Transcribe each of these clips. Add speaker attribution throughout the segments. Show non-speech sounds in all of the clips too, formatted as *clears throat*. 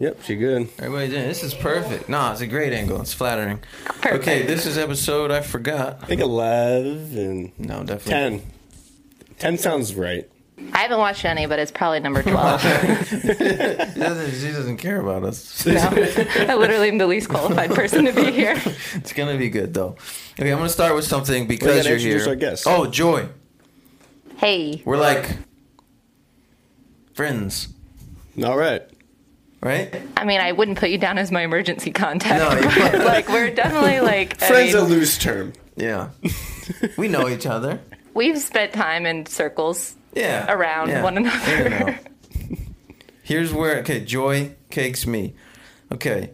Speaker 1: Yep, she good.
Speaker 2: Everybody's in. This is perfect. No, it's a great angle. It's flattering. Okay, this is episode I forgot.
Speaker 1: I think 11.
Speaker 2: No, definitely.
Speaker 1: 10. 10 sounds right.
Speaker 3: I haven't watched any, but it's probably
Speaker 1: *laughs*
Speaker 3: number 12.
Speaker 2: She doesn't, she doesn't care about us. *laughs*
Speaker 3: No. I literally am the least qualified person to be here.
Speaker 2: It's gonna be good though. Okay, I'm gonna start with something because
Speaker 1: gotta
Speaker 2: you're
Speaker 1: introduce
Speaker 2: here.
Speaker 1: our guest.
Speaker 2: Oh, joy.
Speaker 3: Hey.
Speaker 2: We're like friends,
Speaker 1: All right. *laughs*
Speaker 2: right?
Speaker 3: I mean, I wouldn't put you down as my emergency contact.
Speaker 2: No, you
Speaker 3: but, *laughs* like, we're definitely like. I
Speaker 1: Friend's
Speaker 3: mean,
Speaker 1: a loose term.
Speaker 2: *laughs* Yeah. we know each other.
Speaker 3: we've spent time in circles.
Speaker 2: Yeah.
Speaker 3: Around
Speaker 2: Yeah.
Speaker 3: one another.
Speaker 2: You
Speaker 3: *laughs*
Speaker 2: know. Here's where okay, joy cakes me. Okay.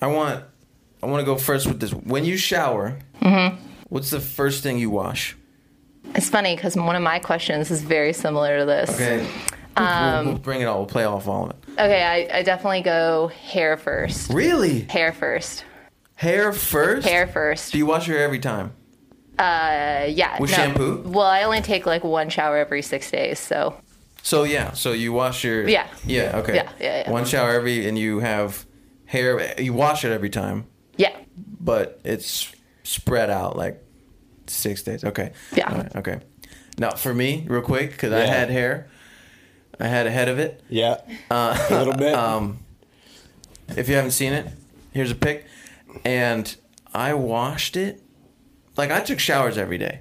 Speaker 2: I want I want to go first with this. When you shower,
Speaker 3: Mm-hmm.
Speaker 2: what's the first thing you wash?
Speaker 3: It's funny because one of my questions is very similar to this.
Speaker 2: Okay. Um, we'll, bring it all. We'll play off all of it.
Speaker 3: Okay, I, I definitely go hair first.
Speaker 2: Really?
Speaker 3: Hair first.
Speaker 2: Hair first?
Speaker 3: Hair first.
Speaker 2: Do you wash your hair every time?
Speaker 3: Uh, yeah.
Speaker 2: With
Speaker 3: no.
Speaker 2: shampoo?
Speaker 3: Well, I only take like one shower every six days, so
Speaker 2: So yeah, so you wash your
Speaker 3: Yeah.
Speaker 2: yeah okay
Speaker 3: Yeah, yeah, yeah.
Speaker 2: one shower every and you have hair you wash it every time
Speaker 3: yeah.
Speaker 2: but it's spread out like six days okay
Speaker 3: Yeah.
Speaker 2: All right, okay now for me real quick because I
Speaker 1: Yeah.
Speaker 2: had hair I had a head of it
Speaker 1: Yeah. a little bit.
Speaker 2: Uh, *laughs* um if you haven't seen it here's a pic and I washed it like I took showers every day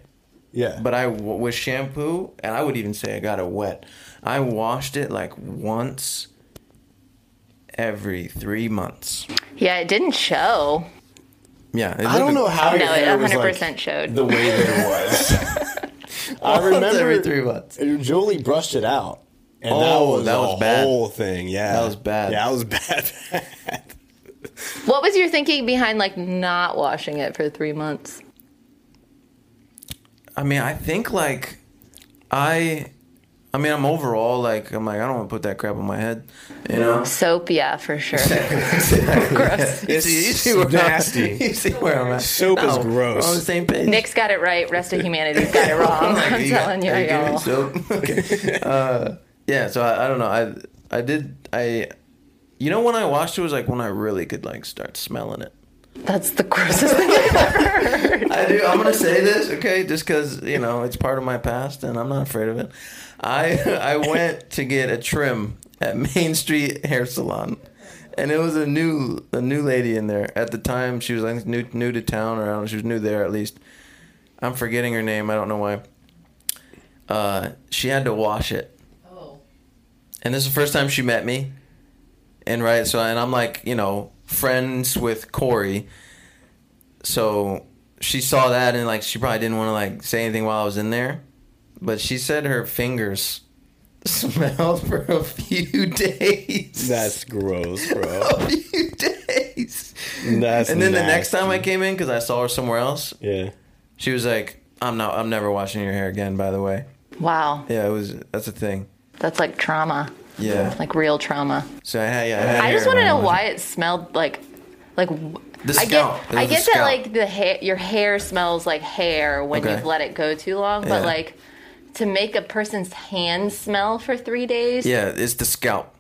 Speaker 1: yeah.
Speaker 2: but I w- with shampoo, and I would even say I got it wet. I washed it like once every three months.
Speaker 3: Yeah, it didn't show.
Speaker 2: Yeah, it
Speaker 1: I don't
Speaker 2: looked-
Speaker 1: know how your
Speaker 3: No, it
Speaker 1: hair was,
Speaker 3: 100%
Speaker 1: like,
Speaker 3: showed.
Speaker 1: the way that it was. I
Speaker 2: *laughs* Once
Speaker 1: remember
Speaker 2: every three months.
Speaker 1: Jolie brushed it out. And
Speaker 2: Oh,
Speaker 1: that was
Speaker 2: that
Speaker 1: a
Speaker 2: was bad.
Speaker 1: whole thing. Yeah.
Speaker 2: That was bad.
Speaker 1: Yeah, that was bad. *laughs*
Speaker 3: What was your thinking behind like not washing it for three months?
Speaker 2: I mean, I think like I, I mean, I'm overall like I'm like I don't want to put that crap on my head,
Speaker 1: *laughs*
Speaker 2: you know. *laughs*
Speaker 3: Soap, yeah, for sure. Gross.
Speaker 2: You see- you see where I'm-
Speaker 1: nasty.
Speaker 2: *laughs* You see where I'm at.
Speaker 1: Soap is gross.
Speaker 2: We're on the same page. *laughs*
Speaker 3: Nick's got it right. Rest of humanity's got it wrong. I'm
Speaker 2: got-
Speaker 3: telling you,
Speaker 2: *laughs* are
Speaker 3: you
Speaker 2: giving
Speaker 3: all
Speaker 2: me soap? *laughs* Okay. Uh, yeah, so I, I don't know. I I did I you know when I watched it was like when I really could like start smelling it.
Speaker 3: That's the grossest thing I've ever heard.
Speaker 2: I do. I'm gonna say this, okay, just because you know it's part of my past and I'm not afraid of it. I I went to get a trim at Main Street Hair Salon, and it was a new a new lady in there at the time. She was like new new to town, or I don't know, she was new there at least. I'm forgetting her name. I don't know why. Uh, she had to wash it. And this is the first time she met me. And right, so and I'm like, you know, friends with Corey. So she saw that and like she probably didn't want to like say anything while I was in there. But she said her fingers *laughs* smelled for a few *laughs* days.
Speaker 1: That's gross, bro.
Speaker 2: a few days.
Speaker 1: That's
Speaker 2: and then the
Speaker 1: nasty.
Speaker 2: next time I came in because I saw her somewhere else,
Speaker 1: Yeah.
Speaker 2: she was like, "I'm not. I'm never washing your hair again." By the way,
Speaker 3: Wow,
Speaker 2: yeah, it was. That's a thing.
Speaker 3: that's like trauma,
Speaker 2: Yeah.
Speaker 3: like real trauma.
Speaker 2: So I had. Yeah, I, had
Speaker 3: I just
Speaker 2: hair
Speaker 3: want to
Speaker 2: when
Speaker 3: know
Speaker 2: was-
Speaker 3: why it smelled like, like. w-
Speaker 2: The
Speaker 3: I
Speaker 2: scalp. It
Speaker 3: get, I
Speaker 2: was the
Speaker 3: get that
Speaker 2: scalp.
Speaker 3: like the hair, your hair smells like hair when
Speaker 2: Okay.
Speaker 3: you've let it go too long,
Speaker 2: Yeah.
Speaker 3: but like to make a person's hand smell for three days.
Speaker 2: Yeah, it's the scalp.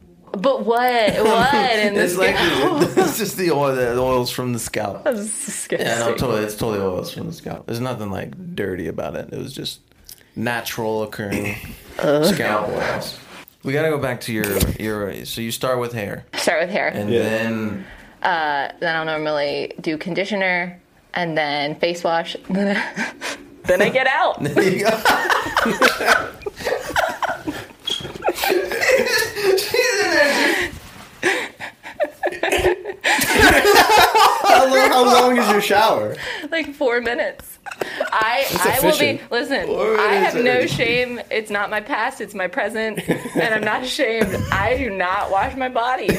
Speaker 2: *laughs*
Speaker 3: But what? What? in
Speaker 2: It's
Speaker 3: this
Speaker 2: like
Speaker 3: game?
Speaker 2: *laughs* it's just the oil, the oils from the scalp.
Speaker 3: That's disgusting.
Speaker 2: Yeah, no, totally. It's totally oils from the scalp. There's nothing like dirty about it. It was just natural occurring
Speaker 3: Uh.
Speaker 2: scalp oils. We gotta go back to your your. So you start with hair,
Speaker 3: Start with hair. Uh,
Speaker 2: and
Speaker 1: Yeah.
Speaker 2: then
Speaker 3: then I'll normally do conditioner and then face wash. *laughs* Then I, then I get out.
Speaker 2: *laughs*
Speaker 3: *laughs*
Speaker 2: she just
Speaker 1: How long, how long is your shower?
Speaker 3: like four minutes. I I
Speaker 1: efficient.
Speaker 3: will be listen.
Speaker 2: Four
Speaker 3: I
Speaker 2: minutes
Speaker 3: have no
Speaker 2: already.
Speaker 3: shame. It's not my past. It's
Speaker 2: *laughs*
Speaker 3: my present, and I'm not ashamed. I do not wash
Speaker 2: *laughs*
Speaker 3: my body.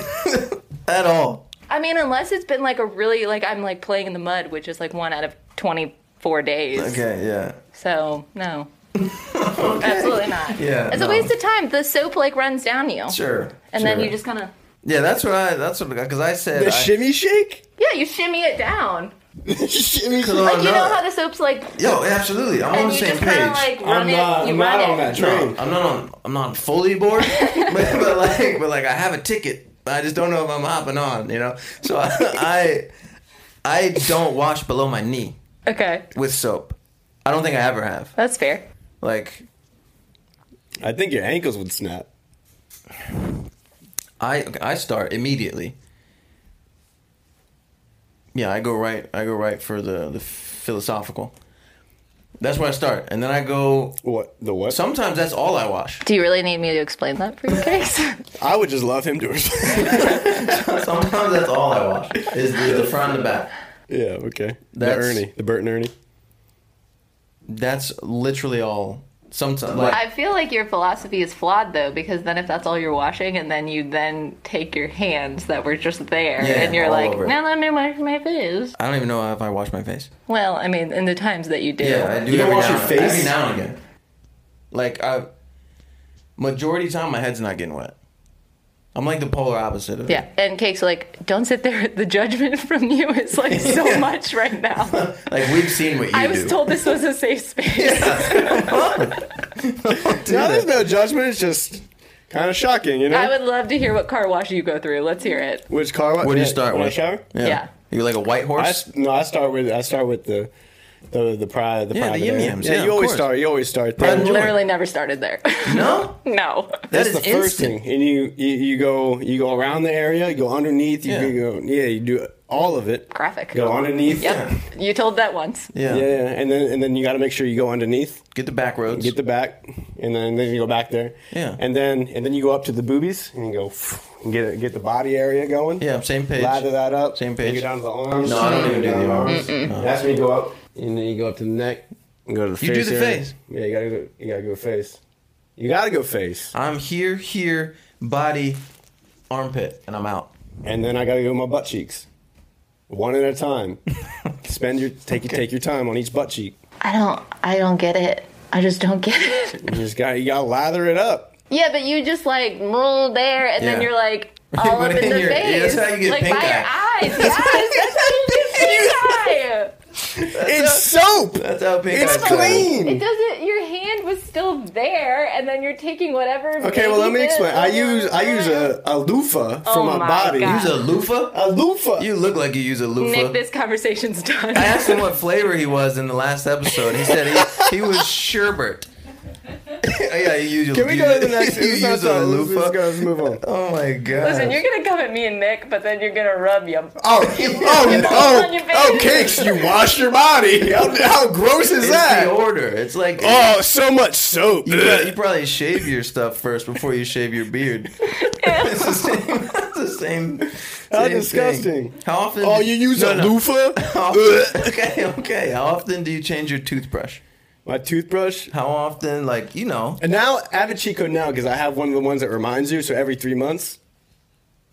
Speaker 2: at all.
Speaker 3: I mean, unless it's been like a really like I'm like playing in the mud, which is like one out of twenty four days.
Speaker 2: Okay, yeah,
Speaker 3: So
Speaker 2: *laughs*
Speaker 3: no. Absolutely not.
Speaker 2: Yeah,
Speaker 3: It's
Speaker 2: no.
Speaker 3: a waste of time. The soap like runs down you.
Speaker 2: sure.
Speaker 3: And then
Speaker 2: sure.
Speaker 3: you just kind of
Speaker 2: yeah. That's what I. That's what because I said
Speaker 1: The
Speaker 2: I,
Speaker 1: shimmy shake?
Speaker 3: yeah, you shimmy it down.
Speaker 1: shimmy shake?
Speaker 2: Like,
Speaker 3: Like you know how the soap's like
Speaker 2: Yo, absolutely. Oh, I'm on
Speaker 3: and
Speaker 2: the
Speaker 3: you
Speaker 2: same
Speaker 3: just kind
Speaker 2: page.
Speaker 3: of like run
Speaker 1: I'm
Speaker 3: it,
Speaker 1: not,
Speaker 3: you
Speaker 1: I'm
Speaker 3: run
Speaker 1: not
Speaker 3: it.
Speaker 1: on that train.
Speaker 3: *laughs*
Speaker 2: I'm not on. I'm not on fully board, but, but like, but like, I have a ticket. I just don't know if I'm hopping on, you know. So *laughs* I, I don't wash below my knee
Speaker 3: Okay,
Speaker 2: with soap. I don't think I ever have.
Speaker 3: that's fair.
Speaker 2: Like
Speaker 1: I think your ankles would snap.
Speaker 2: I I start immediately. Yeah, I go right. I go right for the the philosophical. That's where I start, and then I go.
Speaker 1: What the what?
Speaker 2: Sometimes that's all I wash.
Speaker 3: Do you really need me to explain that for you
Speaker 2: *laughs*
Speaker 3: guys?
Speaker 1: I would just love him to. explain.
Speaker 2: Sometimes that's all I wash is the, the front and the back.
Speaker 1: *laughs* yeah. Okay. the
Speaker 2: That's-
Speaker 1: Ernie, the Bert and Ernie.
Speaker 2: That's literally all. Sometimes like,
Speaker 3: *laughs* I feel like your philosophy is flawed though, because then if that's all you're washing, and then you then take your hands that were just there,
Speaker 2: Yeah,
Speaker 3: and you're
Speaker 2: all
Speaker 3: like,
Speaker 2: over it.
Speaker 3: no, let me wash my face.
Speaker 2: I don't even know if I wash my face.
Speaker 3: Well, I mean, in the times that you do,
Speaker 2: Yeah, I do.
Speaker 1: You don't
Speaker 2: every
Speaker 1: wash
Speaker 2: now
Speaker 1: your
Speaker 2: and-
Speaker 1: face?
Speaker 2: every now and again. Like I, majority of the time my head's not getting wet. I'm like the polar opposite of it.
Speaker 3: Yeah, and Cake's like, don't sit there. The judgment *laughs* from you is
Speaker 2: *laughs*
Speaker 3: like so much right now.
Speaker 2: Like we've seen what you
Speaker 3: I
Speaker 2: do.
Speaker 3: was told this was a safe space.
Speaker 1: No, there's no judgment. It's just kind of shocking, you know.
Speaker 3: *laughs* I would love to hear what car wash you go through. Let's hear it.
Speaker 1: Which car?
Speaker 2: What do you start
Speaker 1: when
Speaker 2: with?
Speaker 1: I shower?
Speaker 2: Yeah.
Speaker 3: Yeah.
Speaker 2: You like a white
Speaker 1: I
Speaker 2: horse?
Speaker 1: s- no, I start with I start with the the the pride the
Speaker 2: Yeah, the
Speaker 1: private
Speaker 2: yum
Speaker 1: area.
Speaker 2: yums,
Speaker 1: Yeah,
Speaker 2: yeah,
Speaker 1: you
Speaker 2: of
Speaker 1: always
Speaker 2: course.
Speaker 1: start. You always start.
Speaker 2: Pride
Speaker 1: There.
Speaker 2: and joy.
Speaker 3: Literally never started there. *laughs*
Speaker 2: no.
Speaker 3: no.
Speaker 1: That's
Speaker 2: That
Speaker 1: the
Speaker 2: is
Speaker 1: first
Speaker 2: instant.
Speaker 1: thing, and you, you you go you go around the area, you go underneath, you
Speaker 2: Yeah.
Speaker 1: go- you go yeah, you do all of it.
Speaker 3: Graphic.
Speaker 1: Go underneath.
Speaker 3: Yep. You told that once.
Speaker 2: Yeah.
Speaker 1: Yeah, yeah, and then and then you got to make sure you go underneath,
Speaker 2: Get the back roads.
Speaker 1: get the back, and then then you go back there.
Speaker 2: Yeah.
Speaker 1: and then and then you go up to the boobies and you go and get it, get the body area going.
Speaker 2: yeah, same page.
Speaker 1: lather that up.
Speaker 2: Same
Speaker 1: You
Speaker 2: page.
Speaker 1: go down to the arms.
Speaker 2: No, I don't even do
Speaker 1: Down
Speaker 2: the
Speaker 1: to
Speaker 2: arms.
Speaker 1: That's when you go up, and then you go up to the neck. And go to the
Speaker 2: You do
Speaker 1: face
Speaker 2: the
Speaker 1: area.
Speaker 2: face.
Speaker 1: Yeah, you gotta go. You gotta go face. You gotta go face,
Speaker 2: I'm here, here, body, armpit, and I'm out.
Speaker 1: and then I gotta go my butt cheeks, one at a time. Spend your take your take your time on each butt cheek.
Speaker 3: I don't. I don't get it. I just don't get it.
Speaker 1: You just got you gotta lather it up.
Speaker 3: *laughs*
Speaker 1: *laughs*
Speaker 3: Yeah, but you just like roll there, and then
Speaker 2: Yeah.
Speaker 3: you're like
Speaker 2: *laughs*
Speaker 3: all
Speaker 2: But
Speaker 3: up in,
Speaker 2: in
Speaker 3: the
Speaker 2: your- yeah,
Speaker 3: face,
Speaker 2: that's how you get
Speaker 3: like
Speaker 2: pink
Speaker 3: by your
Speaker 2: eye. *laughs*
Speaker 3: eyes. Yes, that's how you get pink eye.
Speaker 1: It's soap.
Speaker 2: That's how pink
Speaker 1: It's
Speaker 2: I feel.
Speaker 3: It
Speaker 1: clean.
Speaker 3: doesn't. Your hand was still there, and then you're taking whatever.
Speaker 1: Okay, well let me
Speaker 3: baby bit
Speaker 1: explain. I
Speaker 3: over
Speaker 1: use I
Speaker 3: there.
Speaker 1: use a, a loofah for
Speaker 3: Oh
Speaker 1: my,
Speaker 3: my
Speaker 1: body.
Speaker 3: God.
Speaker 2: Use a loofah?
Speaker 1: A loofah.
Speaker 2: You look like you use a loofah.
Speaker 3: Nick, this conversation's done.
Speaker 2: I asked him what flavor he was in the last episode. He said he, he was sherbet. *laughs* yeah, you use
Speaker 1: Can we *laughs*
Speaker 2: you, *laughs*
Speaker 1: go to the next?
Speaker 2: You
Speaker 1: Let's not
Speaker 2: use a
Speaker 1: talk. Let's- let's go.
Speaker 2: loofah.
Speaker 1: Let's move on.
Speaker 2: Oh my god.
Speaker 3: Listen, you're gonna come at me and Nick, but then you're gonna rub your
Speaker 1: *laughs* Oh,
Speaker 3: *laughs*
Speaker 1: oh,
Speaker 3: on your
Speaker 1: oh,
Speaker 3: face.
Speaker 1: oh, cakes, you wash your body. *laughs* How, how gross is
Speaker 2: it's the
Speaker 1: that?
Speaker 2: order. It's like
Speaker 1: Oh, so much soap.
Speaker 2: You, pro- you
Speaker 1: Ugh.
Speaker 2: probably shave your stuff first before you shave your
Speaker 3: *laughs*
Speaker 2: beard. it's the same. It's the same.
Speaker 1: How
Speaker 2: same
Speaker 1: disgusting.
Speaker 2: Thing. How often?
Speaker 1: Oh, you use
Speaker 2: No,
Speaker 1: a
Speaker 2: no.
Speaker 1: loofah? *laughs*
Speaker 2: How often- *laughs*
Speaker 1: Ugh.
Speaker 2: okay, okay. How often do you change your toothbrush?
Speaker 1: My toothbrush.
Speaker 2: How often, like you know?
Speaker 1: And now, I have a cheat code now because I have one of the ones that reminds you. So every three months,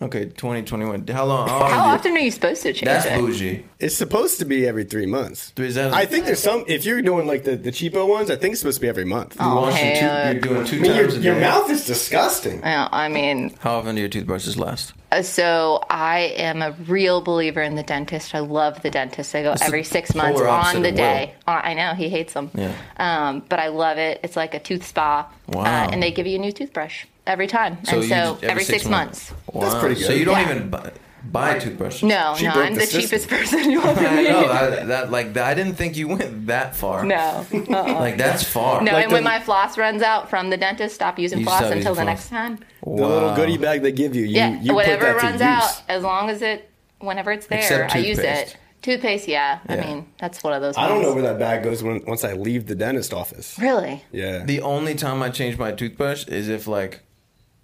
Speaker 2: Okay, twenty twenty one. How long? How often?
Speaker 3: How
Speaker 2: do you-
Speaker 3: often are you supposed to change
Speaker 2: That's
Speaker 3: it?
Speaker 2: bougie.
Speaker 1: it's supposed to be every three months.
Speaker 2: Three seven.
Speaker 1: I think there's some, if you're doing like the, the cheapo ones, I think it's supposed to be every month.
Speaker 2: you
Speaker 3: Oh,
Speaker 2: wash your
Speaker 3: hell.
Speaker 2: tooth. You're doing two
Speaker 1: I mean, your,
Speaker 2: times a day.
Speaker 1: your mouth is disgusting.
Speaker 3: Well, I mean,
Speaker 2: How often do your toothbrushes last?
Speaker 3: uh, so I am a real believer in the dentist. I love the dentist. I go every six months
Speaker 2: polar opposite
Speaker 3: on the
Speaker 2: of
Speaker 3: day. Uh, I know he hates them,
Speaker 2: Yeah.
Speaker 3: um, but I love it. It's like a tooth spa,
Speaker 2: Wow.
Speaker 3: uh, and they give you a new toothbrush every time. and
Speaker 2: you
Speaker 3: so
Speaker 2: just-
Speaker 3: every, six, months.
Speaker 1: That's
Speaker 2: Wow.
Speaker 1: pretty
Speaker 2: So
Speaker 1: good.
Speaker 2: you don't
Speaker 3: Yeah.
Speaker 2: even buy, buy toothbrushes.
Speaker 3: No,
Speaker 1: She
Speaker 3: no,
Speaker 1: broke
Speaker 3: I'm
Speaker 1: the
Speaker 3: the,
Speaker 1: system.
Speaker 3: cheapest
Speaker 2: *laughs*
Speaker 3: person you'll *laughs* ever
Speaker 2: I
Speaker 3: meet.
Speaker 2: know I, that. Like I didn't think you went that far.
Speaker 3: No, uh-uh.
Speaker 2: *laughs* Like that's far.
Speaker 3: no.
Speaker 1: Like
Speaker 3: and when
Speaker 1: the-
Speaker 3: my floss runs out from the dentist, stop using
Speaker 2: You
Speaker 3: floss
Speaker 2: stop using
Speaker 3: until the
Speaker 2: floss.
Speaker 3: next time.
Speaker 1: The little goodie bag they give you, you,
Speaker 3: Yeah,
Speaker 1: you put
Speaker 3: whatever
Speaker 1: that to
Speaker 3: runs
Speaker 1: use.
Speaker 3: out, as long as it, whenever it's there,
Speaker 2: Except
Speaker 3: I use
Speaker 2: toothpaste.
Speaker 3: it. Toothpaste, yeah. I
Speaker 2: Yeah.
Speaker 3: mean, that's one of those.
Speaker 1: I don't know
Speaker 3: ones.
Speaker 1: where that bag goes when, once I leave the dentist office.
Speaker 3: Really?
Speaker 1: Yeah.
Speaker 2: The only time I change my toothbrush is if like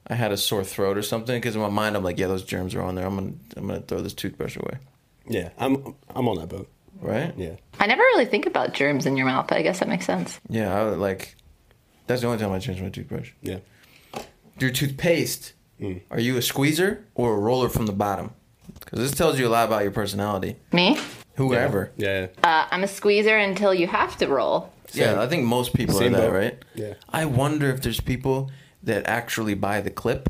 Speaker 2: I had a sore throat or something. Because in my mind, I'm like, yeah, those germs are on there. I'm gonna I'm gonna throw this toothbrush away.
Speaker 1: yeah. I'm I'm on that boat.
Speaker 2: Right?
Speaker 1: Yeah.
Speaker 3: I never really think about germs in your mouth, but I guess that makes sense.
Speaker 2: Yeah. I would, like that's the only time I change my toothbrush.
Speaker 1: Yeah.
Speaker 2: Your toothpaste.
Speaker 1: Mm.
Speaker 2: Are you a squeezer or a roller from the bottom? Because this tells you a lot about your personality.
Speaker 3: Me?
Speaker 2: Whoever.
Speaker 1: Yeah.
Speaker 3: Uh, I'm a squeezer until you have to roll.
Speaker 2: Yeah,
Speaker 1: Same.
Speaker 2: I think most people
Speaker 1: Same
Speaker 2: are that,
Speaker 1: boat.
Speaker 2: right?
Speaker 1: Yeah.
Speaker 2: I wonder if there's people that actually buy the clip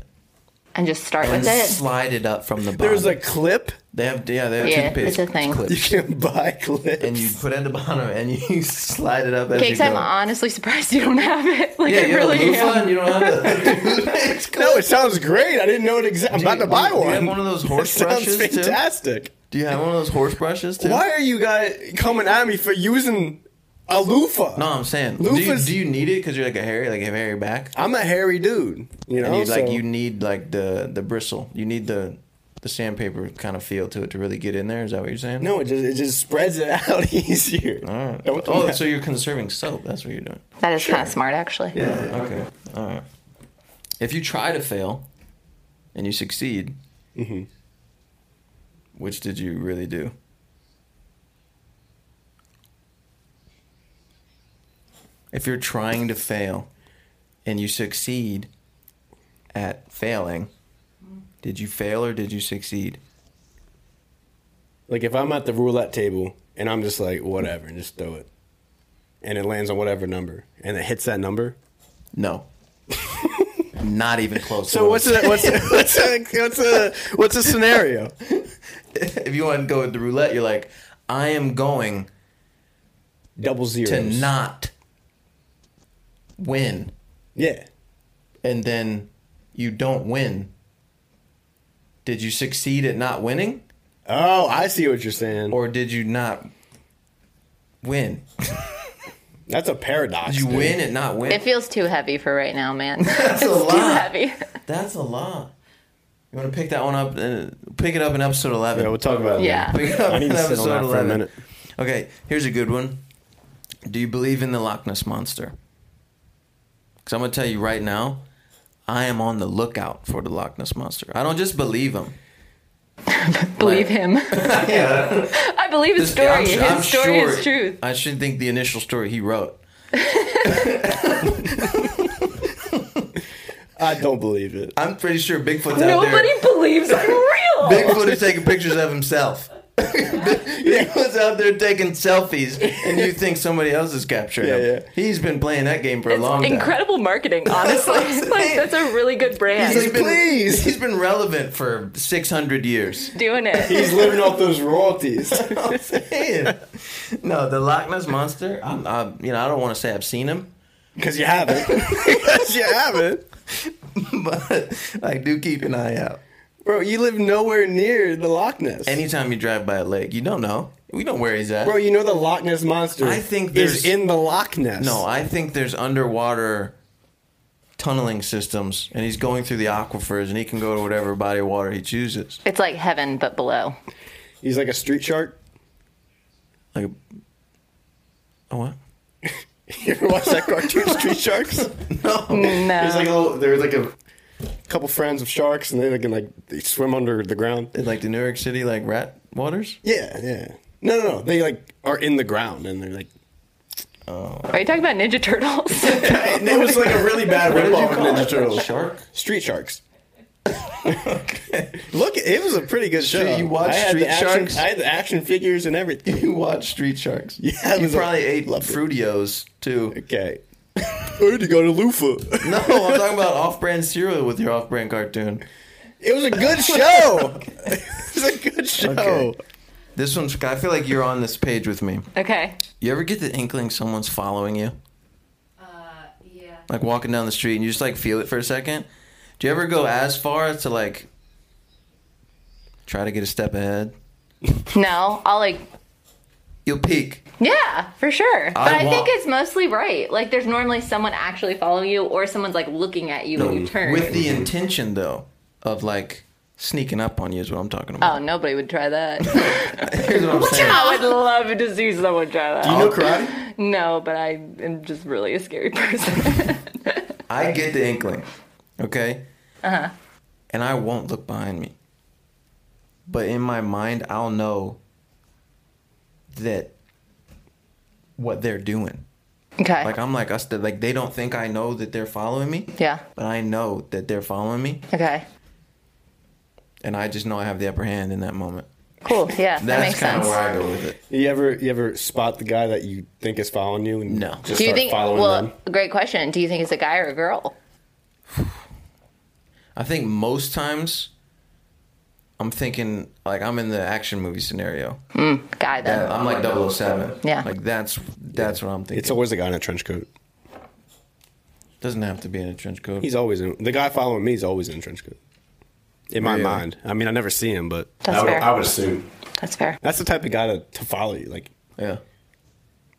Speaker 3: And just start
Speaker 2: and
Speaker 3: with it.
Speaker 2: slide it up from the bottom.
Speaker 1: There's a clip
Speaker 2: They have yeah, they have
Speaker 3: Yeah,
Speaker 2: toothpaste
Speaker 3: it's a thing.
Speaker 1: You
Speaker 2: clips,
Speaker 1: can *laughs* buy clips.
Speaker 2: and you put it at the bottom and *laughs* you slide it up as
Speaker 3: Cakes,
Speaker 2: you
Speaker 3: I'm
Speaker 2: go.
Speaker 3: honestly surprised you don't have it. *laughs* Like,
Speaker 2: yeah,
Speaker 3: I
Speaker 2: you
Speaker 3: really
Speaker 2: really
Speaker 3: am.
Speaker 2: fun. You don't have
Speaker 1: *laughs*
Speaker 2: the
Speaker 1: no, it sounds great. I didn't know it existed. I'm about to
Speaker 2: do
Speaker 1: buy
Speaker 2: you
Speaker 1: one.
Speaker 2: have one of those
Speaker 1: *laughs*
Speaker 2: horse
Speaker 1: It sounds
Speaker 2: brushes, too?
Speaker 1: fantastic.
Speaker 2: *laughs* Do you have one of those horse brushes too?
Speaker 1: Why are you guys coming at me for using a loofah?
Speaker 2: No, I'm saying. Do you,
Speaker 1: Loofahs-
Speaker 2: do you need it because you're like a hairy, like a hairy back?
Speaker 1: I'm a hairy dude. You know,
Speaker 2: And you like
Speaker 1: so-
Speaker 2: you need like the the bristle. You need the the sandpaper kind of feel to it to really get in there. Is that what you're saying?
Speaker 1: No, it just it just spreads it *laughs* out easier.
Speaker 2: All right.
Speaker 1: Don't do
Speaker 2: Oh,
Speaker 1: that.
Speaker 2: so you're conserving soap. That's what you're doing.
Speaker 3: That is kind of smart, actually.
Speaker 2: Okay. All right. If you try to fail and you succeed,
Speaker 1: Mm-hmm.
Speaker 2: which did you really do? If you're trying to fail and you succeed at failing, did you fail or did you succeed?
Speaker 1: Like if I'm at the roulette table and I'm just like whatever and just throw it, and it lands on whatever number and it hits that number. *laughs*
Speaker 2: No. Not even close. to
Speaker 1: So
Speaker 2: what
Speaker 1: what's
Speaker 2: I'm
Speaker 1: a, what's a, *laughs* what's a, what's a what's a scenario?
Speaker 2: saying. *laughs* If you want to go with the roulette, you're like, I am going
Speaker 1: Double zeros.
Speaker 2: to not win
Speaker 1: Yeah.
Speaker 2: and then you don't win did you succeed at not winning
Speaker 1: Oh, I see what you're saying.
Speaker 2: or did you not win
Speaker 1: That's a paradox.
Speaker 2: did you
Speaker 1: dude.
Speaker 2: win at not win
Speaker 3: It feels too heavy for right now,
Speaker 2: *laughs*
Speaker 3: man.
Speaker 2: that's a
Speaker 3: too
Speaker 2: lot
Speaker 3: heavy.
Speaker 2: that's a lot you want to pick that one up uh, pick it up in episode 11
Speaker 1: Yeah, we'll talk about it.
Speaker 3: Yeah.
Speaker 1: later.
Speaker 2: pick it up
Speaker 1: I need
Speaker 2: in
Speaker 1: to sit on
Speaker 2: episode
Speaker 1: that for a
Speaker 2: 11
Speaker 1: minute.
Speaker 2: okay here's a good one do you believe in the loch ness monster because i'm going to tell you right now i am on the lookout for the loch ness monster i don't just believe him *laughs*
Speaker 3: Believe him. *laughs* I believe his story.
Speaker 2: I'm- I'm
Speaker 3: his story
Speaker 2: sure-
Speaker 3: is truth.
Speaker 2: I should think the initial story he wrote.
Speaker 1: I don't believe it.
Speaker 2: I'm pretty sure Bigfoot's out
Speaker 3: Nobody
Speaker 2: there.
Speaker 3: believes I'm real.
Speaker 2: *laughs* Bigfoot is taking pictures of himself. *laughs* Bigfoot's out there taking selfies, and you think somebody else is capturing
Speaker 1: Yeah,
Speaker 2: him.
Speaker 1: yeah.
Speaker 2: He's been playing that game for a
Speaker 3: it's
Speaker 2: long time. *laughs*
Speaker 3: incredible marketing, honestly.
Speaker 2: That's
Speaker 3: *laughs*
Speaker 2: what I'm
Speaker 3: like
Speaker 2: saying.
Speaker 3: that's a really good brand.
Speaker 1: He's
Speaker 2: He's
Speaker 1: like,
Speaker 2: been-
Speaker 1: please.
Speaker 2: He's been relevant for
Speaker 1: *laughs*
Speaker 2: 600 years. *laughs*
Speaker 3: doing it.
Speaker 1: He's living off those royalties. *laughs*
Speaker 2: I'm saying. No, the Loch Ness monster. I'm, I, you know, I don't want to say I've seen him, *laughs*
Speaker 1: Because you *laughs* haven't. Because you haven't.
Speaker 2: but I do keep an eye out.
Speaker 1: Bro, you live nowhere near the Loch Ness.
Speaker 2: Anytime you drive by a lake, you don't know. We know where he's at.
Speaker 1: Bro, you know the Loch Ness monster.
Speaker 2: I think
Speaker 1: is
Speaker 2: there's-
Speaker 1: in the Loch Ness.
Speaker 2: No, I think there's underwater tunneling systems, and he's going through the aquifers, and he can go to whatever body of water he chooses.
Speaker 3: It's like heaven but below.
Speaker 1: he's like a street shark. *laughs*
Speaker 2: Like, oh what?
Speaker 1: You ever watch that cartoon, Street
Speaker 2: *laughs*
Speaker 1: Sharks?
Speaker 2: No,
Speaker 1: There's like a
Speaker 3: Mm, No.
Speaker 1: little, there's like a couple friends of sharks, and they they can like they swim under the ground.
Speaker 2: like the New York City like rat waters.
Speaker 1: Yeah, yeah. No, no, no. They like are in the ground, and they're
Speaker 2: *laughs*
Speaker 1: like.
Speaker 3: Are you talking about Ninja Turtles?
Speaker 2: *laughs*
Speaker 3: *laughs*
Speaker 1: And it was like a really bad
Speaker 2: What did you
Speaker 1: ripoff of
Speaker 2: call
Speaker 1: Ninja
Speaker 2: it?
Speaker 1: Turtles.
Speaker 2: Shark?
Speaker 1: Street Sharks. *laughs* Look, it was a pretty good show.
Speaker 2: you
Speaker 1: I
Speaker 2: watched
Speaker 1: had
Speaker 2: Street
Speaker 1: the action,
Speaker 2: Sharks?
Speaker 1: I had the action figures and everything. *laughs*
Speaker 2: You watch Street Sharks.
Speaker 1: Yeah, it
Speaker 2: you
Speaker 1: was a-
Speaker 2: probably ate
Speaker 1: loved it.
Speaker 2: Fruitios too.
Speaker 1: *laughs*
Speaker 2: *laughs*
Speaker 1: Okay. Where'd you go to *laughs* Lufa?
Speaker 2: No, I'm talking about off-brand cereal with your off-brand cartoon.
Speaker 1: It was a good *laughs* show. it was a good show.
Speaker 2: Okay. This one's. I feel like you're on this page with me.
Speaker 3: okay.
Speaker 2: You ever get the inkling someone's following you?
Speaker 4: Uh, yeah.
Speaker 2: like walking down the street and you just like feel it for a second. Do you ever go as far as to like try to get a step ahead?
Speaker 3: No, I'll like
Speaker 2: You'll peek.
Speaker 3: Yeah, for sure. But I,
Speaker 2: want-
Speaker 3: think it's mostly right. Like there's normally someone actually following you or someone's like looking at you when you turn.
Speaker 2: With the intention though of like sneaking up on you is what I'm talking
Speaker 3: oh,
Speaker 2: about.
Speaker 3: nobody would try that.
Speaker 2: *laughs*
Speaker 3: *laughs*
Speaker 2: Here's what I'm saying.
Speaker 3: I would love to see someone try that.
Speaker 1: You know karate?
Speaker 3: No, but I am just really a
Speaker 2: *laughs*
Speaker 3: scary person. *laughs*
Speaker 2: I get the inkling. Okay? Uh-huh. And I won't look behind me. But in my mind I'll know that what they're doing.
Speaker 3: okay.
Speaker 2: Like I'm like us that like they don't think I know that they're following me.
Speaker 3: yeah.
Speaker 2: but I know that they're following me,
Speaker 3: Okay.
Speaker 2: and I just know I have the upper hand in that moment.
Speaker 3: Cool. Yeah, that
Speaker 2: That's
Speaker 3: makes
Speaker 2: kind
Speaker 3: sense.
Speaker 2: of where I go with it.
Speaker 1: You ever you ever spot the guy that you think is following you and
Speaker 2: No.
Speaker 1: just
Speaker 3: Do you
Speaker 1: start
Speaker 3: think?
Speaker 1: following
Speaker 3: Well,
Speaker 1: them?
Speaker 3: great question. Do you think it's a guy or a girl?
Speaker 2: I think most times I'm thinking like I'm in the action movie scenario.
Speaker 3: guy then.
Speaker 2: I'm like 007.
Speaker 3: Yeah.
Speaker 2: Like that's that's what I'm thinking.
Speaker 1: It's always the guy in a trench coat.
Speaker 2: doesn't have to be in a trench coat.
Speaker 1: He's always in. The guy following me is always in a trench coat. In my
Speaker 2: Really?
Speaker 1: mind. I mean, I never see him, but
Speaker 3: That's
Speaker 1: I, would,
Speaker 3: fair.
Speaker 1: I would assume.
Speaker 3: That's fair.
Speaker 1: That's the type of guy to, to follow you, like
Speaker 2: yeah.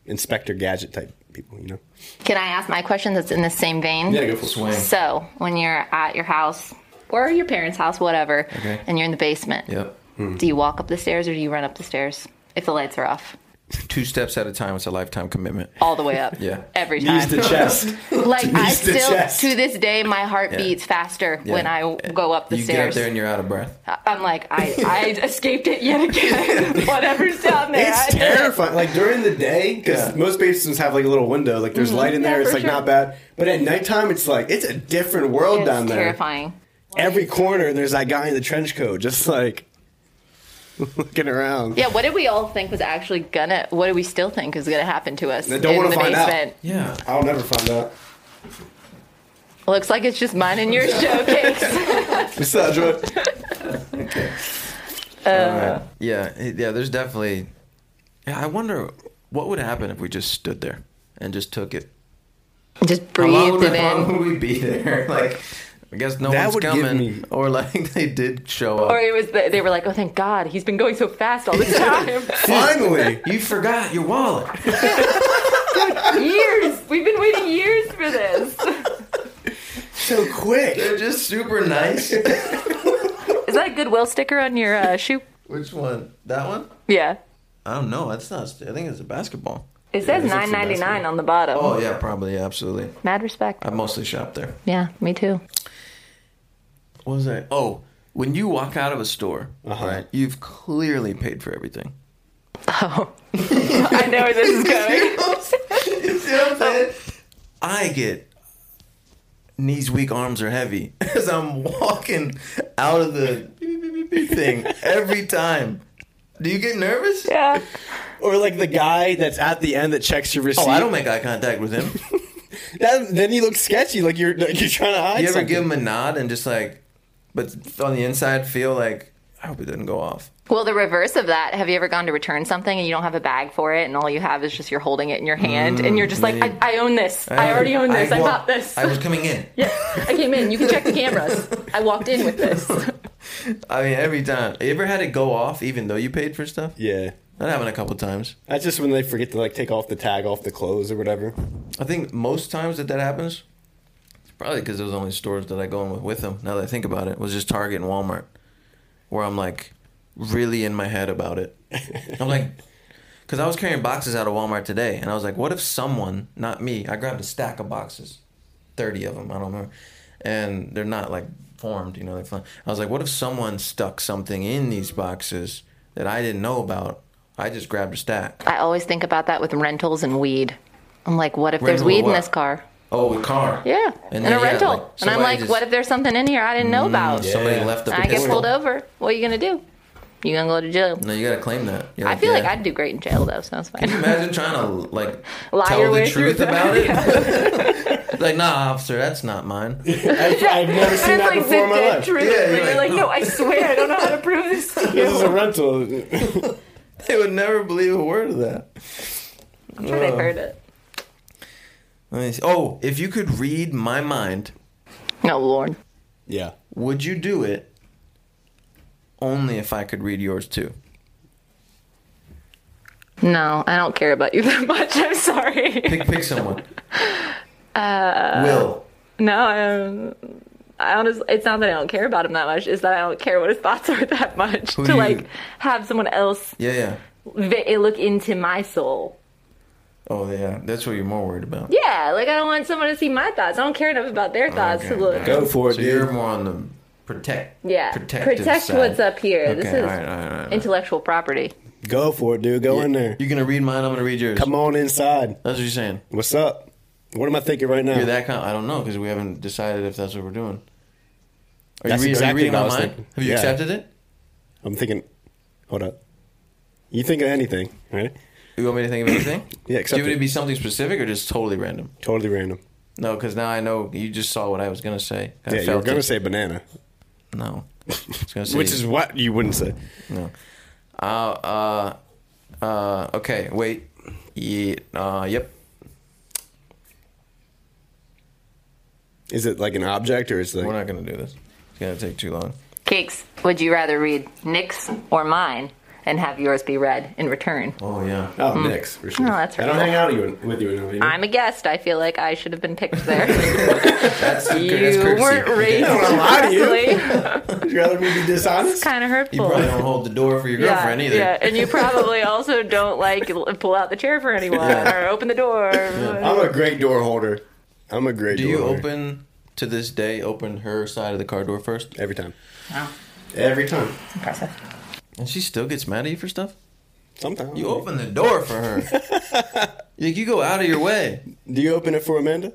Speaker 1: Inspector Gadget type people, you know?
Speaker 3: Can I ask my question that's in the same vein?
Speaker 1: Yeah, go for
Speaker 2: Swing.
Speaker 3: So, when you're at your house or your parents' house, whatever,
Speaker 2: Okay.
Speaker 3: and you're in the basement,
Speaker 2: Yep.
Speaker 3: do you walk up the stairs or do you run up the stairs if the lights are off?
Speaker 2: Two steps at a time. It's a lifetime commitment.
Speaker 3: All the way up.
Speaker 2: Yeah.
Speaker 3: Every time.
Speaker 1: Use the chest.
Speaker 3: *laughs* like, I
Speaker 1: *laughs* Knees to
Speaker 3: still,
Speaker 1: chest.
Speaker 3: to this day, my heart beats faster when I go up the
Speaker 2: you get
Speaker 3: stairs.
Speaker 2: up there and you're out of breath.
Speaker 3: I'm like, I, I escaped it yet again. Whatever's down there. I
Speaker 1: It's
Speaker 3: did it.
Speaker 1: terrifying. Like during the day, because
Speaker 2: Yeah.
Speaker 1: most basements have like a little window. Like there's light in
Speaker 3: Mm-hmm. Yeah,
Speaker 1: there. it's
Speaker 3: for
Speaker 1: like
Speaker 3: sure.
Speaker 1: not bad. But at nighttime, it's like it's a different world
Speaker 3: It's
Speaker 1: down there.
Speaker 3: terrifying.
Speaker 1: Every corner, there's that guy in the trench coat, just like *laughs* looking around.
Speaker 3: Yeah, what did we all think was actually gonna? What do we still think is gonna happen to us
Speaker 1: I don't
Speaker 3: in
Speaker 1: wanna
Speaker 3: the
Speaker 1: find out.
Speaker 3: basement?
Speaker 2: Yeah.
Speaker 1: I'll never find out.
Speaker 3: Looks like it's just mine and your showcase.
Speaker 1: What's up, Joy?
Speaker 3: *laughs*
Speaker 2: Yeah. it- Yeah. There's definitely. Yeah. I wonder what would happen if we just stood there and just took it.
Speaker 3: just
Speaker 2: How long would
Speaker 3: breathed it
Speaker 2: we- how
Speaker 3: in,
Speaker 2: long would we be there? *laughs* Like, I guess no
Speaker 1: That
Speaker 2: one's
Speaker 1: would give
Speaker 2: coming.
Speaker 1: me-
Speaker 2: *laughs* Or like they did show up.
Speaker 3: or it was the, they were like, "Oh, thank God, he's been going so fast all this time.
Speaker 1: Finally,
Speaker 2: you forgot your wallet. *laughs*
Speaker 3: years, we've been waiting years for this.
Speaker 1: so quick.
Speaker 2: They're just super
Speaker 3: *laughs*
Speaker 2: nice.
Speaker 3: Is that a Goodwill sticker on your uh, shoe?
Speaker 2: Which one? That one?
Speaker 3: Yeah,
Speaker 2: I don't know. That's not. I think it's a basketball.
Speaker 3: it says
Speaker 2: it's a
Speaker 3: nine ninety nine
Speaker 2: basketball.
Speaker 3: on the bottom.
Speaker 2: Oh yeah, probably yeah, absolutely.
Speaker 3: Mad respect.
Speaker 2: I mostly shop there.
Speaker 3: yeah, me too. *laughs*
Speaker 2: What was that? Oh, when you walk out of a store,
Speaker 1: Uh-huh.
Speaker 2: right, you've clearly paid for everything.
Speaker 3: Oh, I know where this is going.
Speaker 2: You see what I'm
Speaker 3: Oh.
Speaker 2: saying? I get knees weak, arms are heavy *laughs* as I'm walking out of the beep, beep, beep, beep thing every time. Do you get nervous?
Speaker 3: Yeah,
Speaker 1: Or like the guy that's at the end that checks your receipt.
Speaker 2: Oh, I don't make eye contact with
Speaker 3: *laughs*
Speaker 2: him.
Speaker 1: That, then you look sketchy, like you're like you're trying to hide.
Speaker 2: You ever
Speaker 1: something.
Speaker 2: give him a nod and just like, but on the inside feel like I hope it doesn't go off.
Speaker 3: Well, the reverse of that, have you ever gone to return something and you don't have a bag for it and all you have is just you're holding it in your hand and you're just like, I,
Speaker 2: maybe.
Speaker 3: I own this. I, already own this. I,
Speaker 2: wa-
Speaker 3: bought this.
Speaker 2: Mm, I
Speaker 3: I, *laughs*
Speaker 2: was coming in.
Speaker 3: came in. You can check the cameras. I walked in with this.
Speaker 2: I mean, every time. You ever had it go off even though you paid for stuff?
Speaker 1: Yeah,
Speaker 2: That happened a couple times.
Speaker 1: that's just when they forget to like take off the tag off the clothes or
Speaker 3: *laughs*
Speaker 1: whatever.
Speaker 2: I think most times that that happens, it's probably because those only stores that I go in with, with them. Now that I think about it, was just Target and Walmart, where I'm like really in my head about it. I'm like, because I was carrying boxes out of Walmart today, and I was like, what if someone, not me, I grabbed a stack of boxes, thirty of them, I don't remember, and they're not like formed, you know, they fly. I was like, what if someone stuck something in these boxes that I didn't know about? I just grabbed a stack.
Speaker 3: *laughs* I always think about that with rentals and weed. I'm like, what if there's
Speaker 2: Rental
Speaker 3: weed in
Speaker 2: what?
Speaker 3: this car?
Speaker 2: Oh, a car.
Speaker 3: Yeah,
Speaker 2: And
Speaker 3: and,
Speaker 2: then,
Speaker 3: a
Speaker 2: yeah,
Speaker 3: rental.
Speaker 2: like,
Speaker 3: and I'm
Speaker 2: somebody
Speaker 3: like,
Speaker 2: just-
Speaker 3: what if there's something in here I didn't know about?
Speaker 1: yeah.
Speaker 2: Somebody left the
Speaker 3: And I get
Speaker 2: pistol.
Speaker 3: pulled over. What are you going to do? You're going to go to jail.
Speaker 2: No, you gotta claim that. You're
Speaker 3: I feel like
Speaker 2: yeah.
Speaker 3: I'd do great in jail, though, so that's fine.
Speaker 2: Imagine trying to like
Speaker 3: Lie
Speaker 2: tell
Speaker 3: your
Speaker 2: the
Speaker 3: way through
Speaker 2: truth
Speaker 3: that.
Speaker 2: about
Speaker 3: *laughs*
Speaker 2: it. *laughs* like, nah, officer, that's not mine. *laughs*
Speaker 1: I've, I've never seen that
Speaker 3: And it's like
Speaker 1: before in
Speaker 3: the
Speaker 1: my
Speaker 3: dead
Speaker 1: life.
Speaker 3: truth.
Speaker 2: Yeah,
Speaker 3: and
Speaker 2: you're
Speaker 3: you're
Speaker 2: like,
Speaker 3: like, no, I swear, I don't know how to prove this to
Speaker 1: *laughs* This is a
Speaker 3: you. *laughs*
Speaker 1: rental.
Speaker 2: They would never believe a word of that.
Speaker 3: I'm sure they've heard it.
Speaker 2: Let me see. Oh, if you could read my mind,
Speaker 3: No, Lord.
Speaker 1: yeah,
Speaker 2: would you do it? Only if I could read yours too.
Speaker 3: No, I don't care about you *laughs* that much. I'm sorry.
Speaker 2: Pick pick
Speaker 3: *laughs*
Speaker 2: someone. Uh, Will.
Speaker 3: No, I, um, I honestly, it's not that I don't care about him that much. It's that I don't care what his thoughts are *laughs* that much
Speaker 2: Who
Speaker 3: to
Speaker 2: do you-
Speaker 3: like have someone else
Speaker 2: Yeah, yeah.
Speaker 3: v- look into my soul.
Speaker 2: Oh, yeah. That's what you're more worried about.
Speaker 3: Yeah, like I don't want someone to see my thoughts. I don't care enough about their thoughts
Speaker 2: Okay.
Speaker 3: to look.
Speaker 1: go for it,
Speaker 2: So
Speaker 1: dude.
Speaker 2: you're more on the protect.
Speaker 3: Yeah,
Speaker 2: protective
Speaker 3: protect
Speaker 2: side.
Speaker 3: what's up here.
Speaker 2: Okay,
Speaker 3: this
Speaker 2: all
Speaker 3: is
Speaker 2: right, all right, all right.
Speaker 3: intellectual property.
Speaker 1: Go for it, dude. Go in there.
Speaker 2: You're gonna read mine. I'm gonna read yours.
Speaker 1: Come on inside.
Speaker 2: That's what you're saying.
Speaker 1: What's up? What am I thinking right now?
Speaker 2: You're that kind. I don't know because we haven't decided if that's what we're doing. Are
Speaker 1: That's
Speaker 2: you, re-
Speaker 1: exactly
Speaker 2: are you reading
Speaker 1: what I
Speaker 2: my
Speaker 1: was
Speaker 2: mind?
Speaker 1: thinking.
Speaker 2: Have you
Speaker 1: Yeah.
Speaker 2: accepted it?
Speaker 1: I'm thinking. Hold up. You think of anything, right?
Speaker 2: You want me to think of anything?
Speaker 1: *clears throat* Yeah,
Speaker 2: Do you want
Speaker 1: accepted.
Speaker 2: it to be something specific or just totally random?
Speaker 1: Totally random.
Speaker 2: No, because now I know you just saw what I was gonna say. I
Speaker 1: yeah, you were
Speaker 2: felt
Speaker 1: gonna
Speaker 2: it.
Speaker 1: say banana.
Speaker 2: no. was
Speaker 1: *laughs*
Speaker 2: gonna say-
Speaker 1: Which is what you wouldn't say.
Speaker 2: uh, uh, uh, okay. Wait. Yeah, uh, yep.
Speaker 1: Is it like an object or is it
Speaker 2: We're
Speaker 1: like
Speaker 2: not gonna do this. It's gonna take too long.
Speaker 3: Cakes, would you rather read Nick's or mine and have yours be read in return?
Speaker 2: Oh yeah.
Speaker 1: oh Nick's for sure.
Speaker 3: No, that's
Speaker 1: I don't
Speaker 3: right.
Speaker 1: hang out you- with you enough. You know?
Speaker 3: *laughs* I'm a guest. I feel like I should have been picked there.
Speaker 2: That's good. That's
Speaker 3: you
Speaker 2: courtesy.
Speaker 1: *laughs*
Speaker 3: weren't raised
Speaker 1: I don't lie to you.
Speaker 3: correctly.
Speaker 1: Would you rather me be dishonest?
Speaker 3: kind of
Speaker 2: You
Speaker 3: hurtful.
Speaker 2: probably don't hold the door for your girlfriend either.
Speaker 3: yeah, and you probably also don't like l- pull out the chair for anyone
Speaker 2: Yeah.
Speaker 3: or open the door.
Speaker 1: I'm a great door holder. I'm a great
Speaker 2: Do
Speaker 1: door
Speaker 2: you
Speaker 1: holder.
Speaker 2: open to this day open her side of the car door first?
Speaker 1: Every time.
Speaker 3: Wow,
Speaker 1: Every time.
Speaker 3: impressive.
Speaker 2: And she still gets mad at you for stuff?
Speaker 1: Sometimes.
Speaker 2: You open the door for
Speaker 3: *laughs*
Speaker 2: her. like you go out of your way.
Speaker 1: Do you open it for Amanda?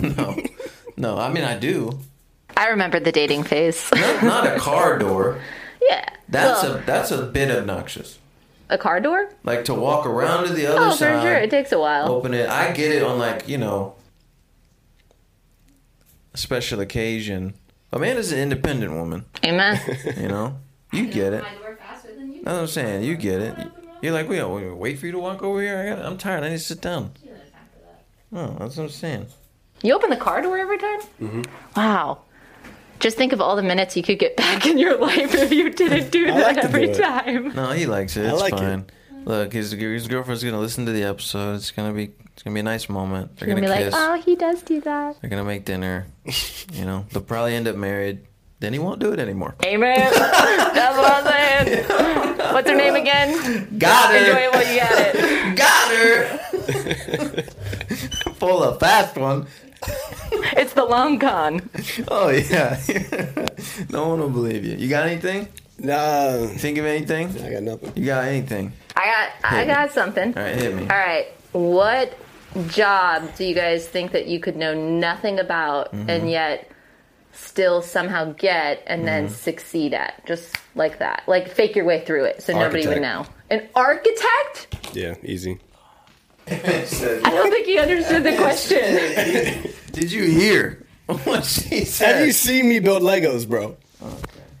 Speaker 2: No. No, I mean I do.
Speaker 3: I remember the dating phase.
Speaker 2: Not a car door.
Speaker 3: *laughs* yeah,
Speaker 2: That's
Speaker 3: Well,
Speaker 2: a that's a bit obnoxious.
Speaker 3: a car door.
Speaker 2: Like to walk around to the other
Speaker 3: Oh, for
Speaker 2: side.
Speaker 3: sure, it takes a while.
Speaker 2: open it. I get it on like, you know, a special occasion. Amanda's an independent woman,
Speaker 3: Amen.
Speaker 2: you know? You get it.
Speaker 4: My door faster than you.
Speaker 2: That's what I'm saying. You get it. You're like, wait, wait, wait for you to walk over here. I got, I'm tired. I need to sit down.
Speaker 4: She didn't attack for that.
Speaker 2: Oh, that's what I'm saying.
Speaker 3: You open the car door every time? Mm-hmm. Wow. Just think of all the minutes you could get back in your *laughs* life if you didn't do that
Speaker 1: like to do
Speaker 3: every
Speaker 1: it.
Speaker 3: time.
Speaker 2: No, he likes it. It's
Speaker 1: like it.
Speaker 2: fine.
Speaker 4: Mm-hmm.
Speaker 2: Look, his, his girlfriend's gonna listen to the episode. It's gonna be it's gonna be a nice moment. They're
Speaker 3: You're
Speaker 2: gonna,
Speaker 3: gonna be
Speaker 2: kiss.
Speaker 3: like, oh, he does do that.
Speaker 2: They're gonna make dinner. you know, they'll probably end up married. Then he won't do it anymore.
Speaker 3: Amen. That's what I'm saying. What's her name again?
Speaker 2: Got
Speaker 3: Enjoy it while you got it.
Speaker 2: Got her. *laughs* Pull a fast one.
Speaker 3: It's the long con.
Speaker 2: Oh yeah. *laughs* no one will believe you. You got anything?
Speaker 1: *laughs* Nah,
Speaker 2: Think of anything?
Speaker 1: I got nothing.
Speaker 2: You got anything?
Speaker 3: I got I got something.
Speaker 2: All
Speaker 3: All
Speaker 2: right, hit me.
Speaker 3: right. What job do you guys think that you could know nothing about
Speaker 2: Mm-hmm.
Speaker 3: and yet still somehow get and then
Speaker 2: Mm-hmm.
Speaker 3: succeed at? Just like that. Like fake your way through it so nobody would know.
Speaker 1: Architect.
Speaker 3: An architect?
Speaker 1: Yeah, easy.
Speaker 3: I don't think he understood the question.
Speaker 2: *laughs* Did you hear what she
Speaker 1: Have you
Speaker 2: said?
Speaker 1: seen me build Legos, bro?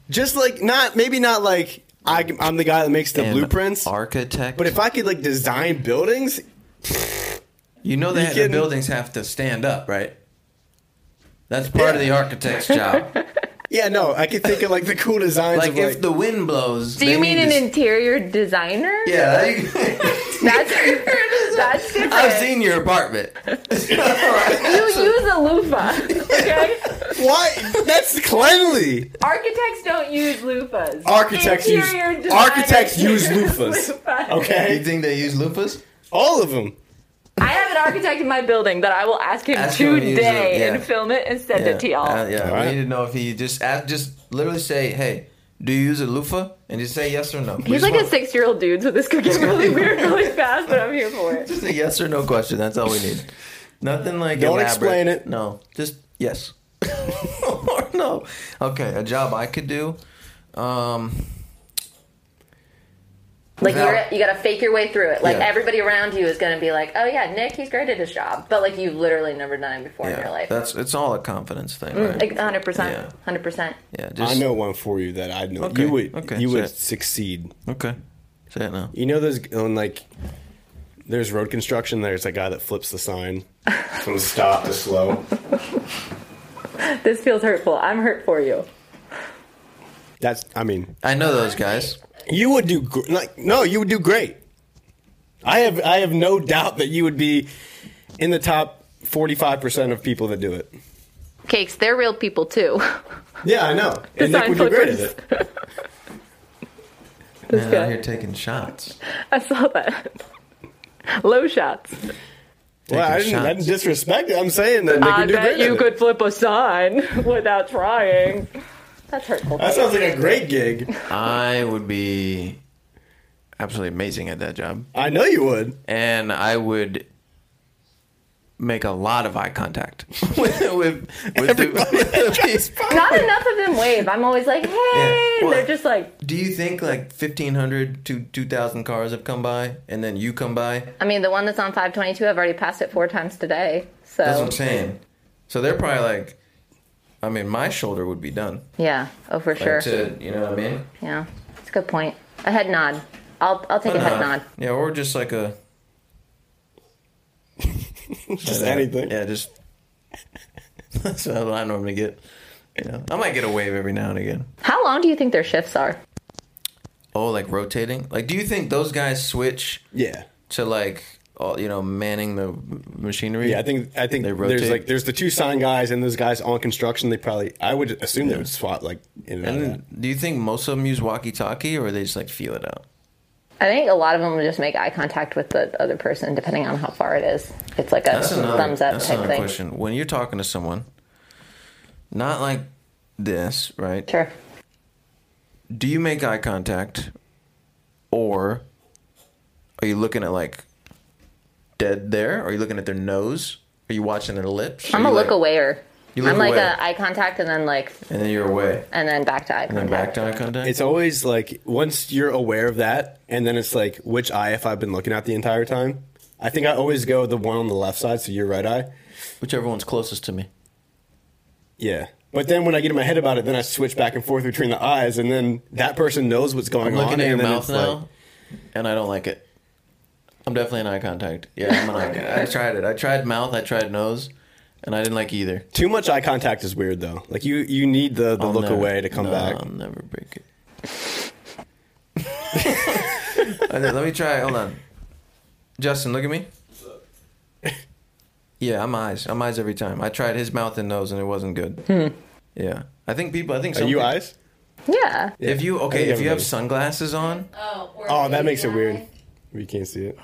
Speaker 1: Just like not maybe not like I, I'm the guy that makes the
Speaker 2: An
Speaker 1: blueprints,
Speaker 2: Architect.
Speaker 1: but if I could like design buildings,
Speaker 2: you know that the
Speaker 1: kidding?
Speaker 2: buildings have to stand up, right? That's part of the architect's job.
Speaker 1: yeah, no, I could think of like the cool designs.
Speaker 2: like
Speaker 1: of,
Speaker 2: if
Speaker 1: like,
Speaker 2: the wind blows.
Speaker 3: Do you mean an interior designer?
Speaker 2: Yeah. there you *laughs* go.
Speaker 3: That's *laughs* that's
Speaker 2: *laughs*
Speaker 3: different.
Speaker 2: I've seen your
Speaker 3: *laughs*
Speaker 2: apartment. *laughs*
Speaker 3: you use a loofah. Okay?
Speaker 1: Why? That's cleanly.
Speaker 3: Architects don't use loofahs.
Speaker 1: Architects use-
Speaker 3: Interior designers
Speaker 1: architects
Speaker 3: *laughs*
Speaker 1: use loofahs.
Speaker 2: You
Speaker 1: Okay,
Speaker 2: think they use loofahs?
Speaker 1: all of them.
Speaker 3: I have an architect in my building that I will ask him
Speaker 2: Ask him to use
Speaker 3: today
Speaker 2: it, yeah.
Speaker 3: and film it and send it to y'all.
Speaker 2: Uh, yeah.
Speaker 1: Alright.
Speaker 2: We need to know if he just ask, just literally say, "Hey, do you use a loofah?" and just say yes or no. We
Speaker 3: He's
Speaker 2: just
Speaker 3: like a
Speaker 2: want-
Speaker 3: six-year-old dude, so this could get really weird really fast, but I'm here for it.
Speaker 2: Just a yes or no question. That's all we need. Nothing like
Speaker 1: Don't
Speaker 2: elaborate.
Speaker 1: explain it.
Speaker 2: No, just yes *laughs* or no. Okay, a job I could do. Um,
Speaker 3: Like
Speaker 2: No.
Speaker 3: you're, you got to fake your way through it. Like
Speaker 2: Yeah.
Speaker 3: everybody around you is going to be like, "Oh yeah, Nick, he's great at his job," but like you've literally never done it before in your
Speaker 2: yeah,
Speaker 3: life. Mm,
Speaker 2: that's it's all a confidence thing, right?
Speaker 3: Like 100,
Speaker 2: Yeah.
Speaker 3: percent 100. percent
Speaker 2: yeah, just
Speaker 1: I know one for you that I know
Speaker 2: Okay,
Speaker 1: you would
Speaker 2: okay,
Speaker 1: you would
Speaker 2: say it.
Speaker 1: succeed.
Speaker 2: okay. Say it now.
Speaker 1: You know those on like there's road construction. There's a guy that flips the sign *laughs* from stop to slow.
Speaker 3: This feels hurtful. I'm hurt for you.
Speaker 1: That's I mean
Speaker 2: I know those
Speaker 3: *laughs*
Speaker 2: guys.
Speaker 1: You would do gr- like no, you would do great. I have I have no doubt that you would be in the top forty five percent of people that do it.
Speaker 3: Cakes, they're real people too. *laughs*
Speaker 1: Yeah, I know. And Nick
Speaker 3: Design
Speaker 1: would do great at it.
Speaker 2: Man, out
Speaker 3: guy.
Speaker 2: here taking shots.
Speaker 3: I saw that. Low shots.
Speaker 1: Well, I didn't,
Speaker 2: Taking
Speaker 1: I
Speaker 2: shots.
Speaker 1: didn't disrespect it. I'm saying that Nick
Speaker 3: I
Speaker 1: would do
Speaker 3: bet
Speaker 1: great.
Speaker 3: you
Speaker 1: at
Speaker 3: could
Speaker 1: It.
Speaker 3: flip a sign *laughs* without trying. That's hurtful.
Speaker 1: That sounds like a great gig.
Speaker 2: I would be absolutely amazing at that job,
Speaker 1: I know you would.
Speaker 2: and I would make a lot of eye contact *laughs* with with, with, the, with the
Speaker 1: *laughs*
Speaker 2: people.
Speaker 3: Not enough of them wave. I'm always like, hey, and
Speaker 2: Well-
Speaker 3: they're just like.
Speaker 2: Do you think like 1,500 to 2,000 cars have come by and then you come by?
Speaker 3: I mean, the one that's on 522, I've already passed it four times today.
Speaker 2: That's what
Speaker 3: So
Speaker 2: I'm saying. So they're probably like, I mean, my shoulder would be done.
Speaker 3: Yeah. Oh, for
Speaker 2: Like,
Speaker 3: sure.
Speaker 2: To, you know what I mean?
Speaker 3: Yeah. It's a good point. A head nod. I'll I'll take a head nod.
Speaker 2: Yeah, or just like a.
Speaker 1: *laughs* Just anything.
Speaker 2: Yeah, just. *laughs* That's what I normally get. You know, I might get a wave every now and again.
Speaker 3: How long do you think their shifts are?
Speaker 2: Oh, like rotating? Like, do you think those guys switch
Speaker 1: Yeah.
Speaker 2: to like, all, you know, manning the m- machinery?
Speaker 1: Yeah, I think I think
Speaker 2: They
Speaker 1: there's
Speaker 2: rotate?
Speaker 1: like there's the two sign guys and those guys on construction. They probably I would assume they would swap like in and, out of
Speaker 2: And do you think most of them use walkie-talkie, or they just like feel it out?
Speaker 3: I think a lot of them will just make eye contact with the other person, depending on how far it is. It's like a
Speaker 2: That's another,
Speaker 3: thumbs up
Speaker 2: that's
Speaker 3: type
Speaker 2: another
Speaker 3: thing.
Speaker 2: question. When you're talking to someone, not like this, right?
Speaker 3: Sure.
Speaker 2: Do you make eye contact, or are you looking at like dead there? Are you looking at their nose? Are you watching their lips?
Speaker 3: I'm
Speaker 2: Are
Speaker 3: a
Speaker 2: you,
Speaker 3: look
Speaker 2: like-
Speaker 3: awayer.
Speaker 2: You look
Speaker 3: I'm like
Speaker 2: away.
Speaker 3: a eye contact and then like
Speaker 2: and then you're away,
Speaker 3: and then back to eye
Speaker 2: and then back
Speaker 3: contact.
Speaker 2: to eye contact.
Speaker 1: It's always like once you're aware of that, and then it's like which eye if I've been looking at the entire time. I think I always go the one on the left side, so your right eye.
Speaker 2: Whichever one's closest to me.
Speaker 1: Yeah. But then when I get in my head about it, then I switch back and forth between the eyes, and then that person knows what's going on.
Speaker 2: I'm looking at your
Speaker 1: and then
Speaker 2: mouth
Speaker 1: it's
Speaker 2: now,
Speaker 1: Like,
Speaker 2: and I don't like it. I'm definitely in eye contact. Yeah,
Speaker 1: *laughs*
Speaker 2: I'm an eye contact. I tried it. I tried mouth. I tried nose, and I didn't like either.
Speaker 1: too much eye contact is weird though. Like you, you need the, the
Speaker 2: I'll
Speaker 1: look
Speaker 2: never-
Speaker 1: away to come
Speaker 2: Oh, no,
Speaker 1: back.
Speaker 2: I'll never break
Speaker 1: *laughs*
Speaker 2: it. Okay, Let me try. Hold on, Justin, look at me. Yeah, I'm eyes. I'm eyes every time. I tried his mouth and nose, and it wasn't good. Yeah, I think people. I think
Speaker 1: Are
Speaker 2: some
Speaker 1: you
Speaker 2: peop-
Speaker 1: eyes?
Speaker 3: Yeah.
Speaker 2: If you
Speaker 1: I
Speaker 2: okay,
Speaker 1: think
Speaker 2: if you have
Speaker 1: everybody-
Speaker 2: sunglasses on,
Speaker 4: Oh, or
Speaker 1: Oh, that
Speaker 4: lazy
Speaker 1: makes it
Speaker 4: eye.
Speaker 1: weird. We can't see it.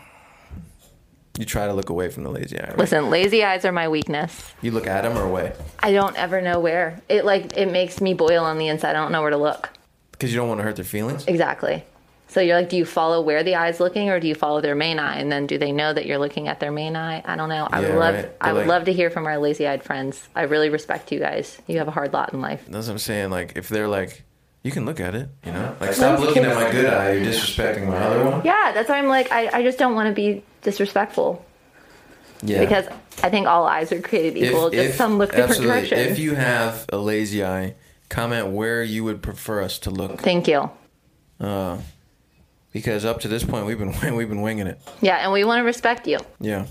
Speaker 2: you try to look away from the lazy eye. Right?
Speaker 3: Listen, lazy eyes are my weakness.
Speaker 2: You look at him or away
Speaker 3: I don't ever know where. It like it makes me boil on the inside. I don't know where to look.
Speaker 2: because you don't want to hurt their feelings.
Speaker 3: Exactly. So you're like, do you follow where the eye's looking, or do you follow their main eye? And then do they know that you're looking at their main eye? I don't know. I
Speaker 2: Yeah,
Speaker 3: would love,
Speaker 2: right.
Speaker 3: I
Speaker 2: But,
Speaker 3: would
Speaker 2: like-
Speaker 3: love to hear from our lazy-eyed friends. I really respect you guys. You have a hard lot in life.
Speaker 2: That's what I'm saying. Like if they're like, you can look at it, you know. Like stop looking at my good eye. You're disrespecting my other one.
Speaker 3: Yeah, that's why I'm like, I, I just don't want to be disrespectful
Speaker 2: Yeah.
Speaker 3: because I think all eyes are created equal. just some look different
Speaker 2: absolutely.
Speaker 3: directions.
Speaker 2: If you have a lazy eye, comment where you would prefer us to look.
Speaker 3: Thank you.
Speaker 2: Uh, because up to this point, we've been *laughs* we've been winging it.
Speaker 3: Yeah, and we want to respect you.
Speaker 2: Yeah.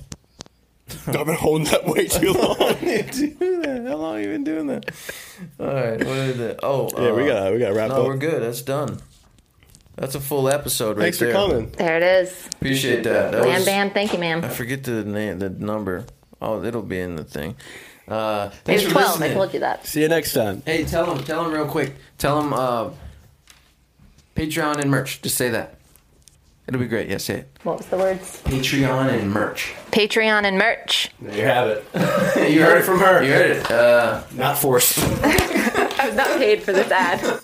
Speaker 2: *laughs*
Speaker 1: I've been holding that way too long.
Speaker 2: do that. How long have you been doing that? All right. What is it? Oh,
Speaker 1: *laughs* yeah, we
Speaker 2: uh,
Speaker 1: got we got wrap
Speaker 2: No,
Speaker 1: up.
Speaker 2: we're good. That's done. That's a full episode right
Speaker 1: Thanks for
Speaker 2: there.
Speaker 1: coming.
Speaker 3: There it is.
Speaker 2: Appreciate that. that
Speaker 3: Bam,
Speaker 2: was-
Speaker 3: bam. Thank you,
Speaker 2: I
Speaker 3: ma'am.
Speaker 2: forget the name, the number. Oh, it'll be in the thing. Uh, thanks
Speaker 3: It's
Speaker 2: for
Speaker 3: 12. I
Speaker 2: listening.
Speaker 3: told you that.
Speaker 1: See you next time.
Speaker 2: Hey, tell them, tell them real quick. Tell them uh, Patreon and merch. Just say that. It'll be great. Yeah, say it.
Speaker 3: What was the words?
Speaker 2: Patreon and merch.
Speaker 3: Patreon and merch.
Speaker 1: There you have it.
Speaker 2: *laughs* you
Speaker 1: heard it from her.
Speaker 2: You heard it. Uh,
Speaker 1: Not forced.
Speaker 3: I was not paid for this ad.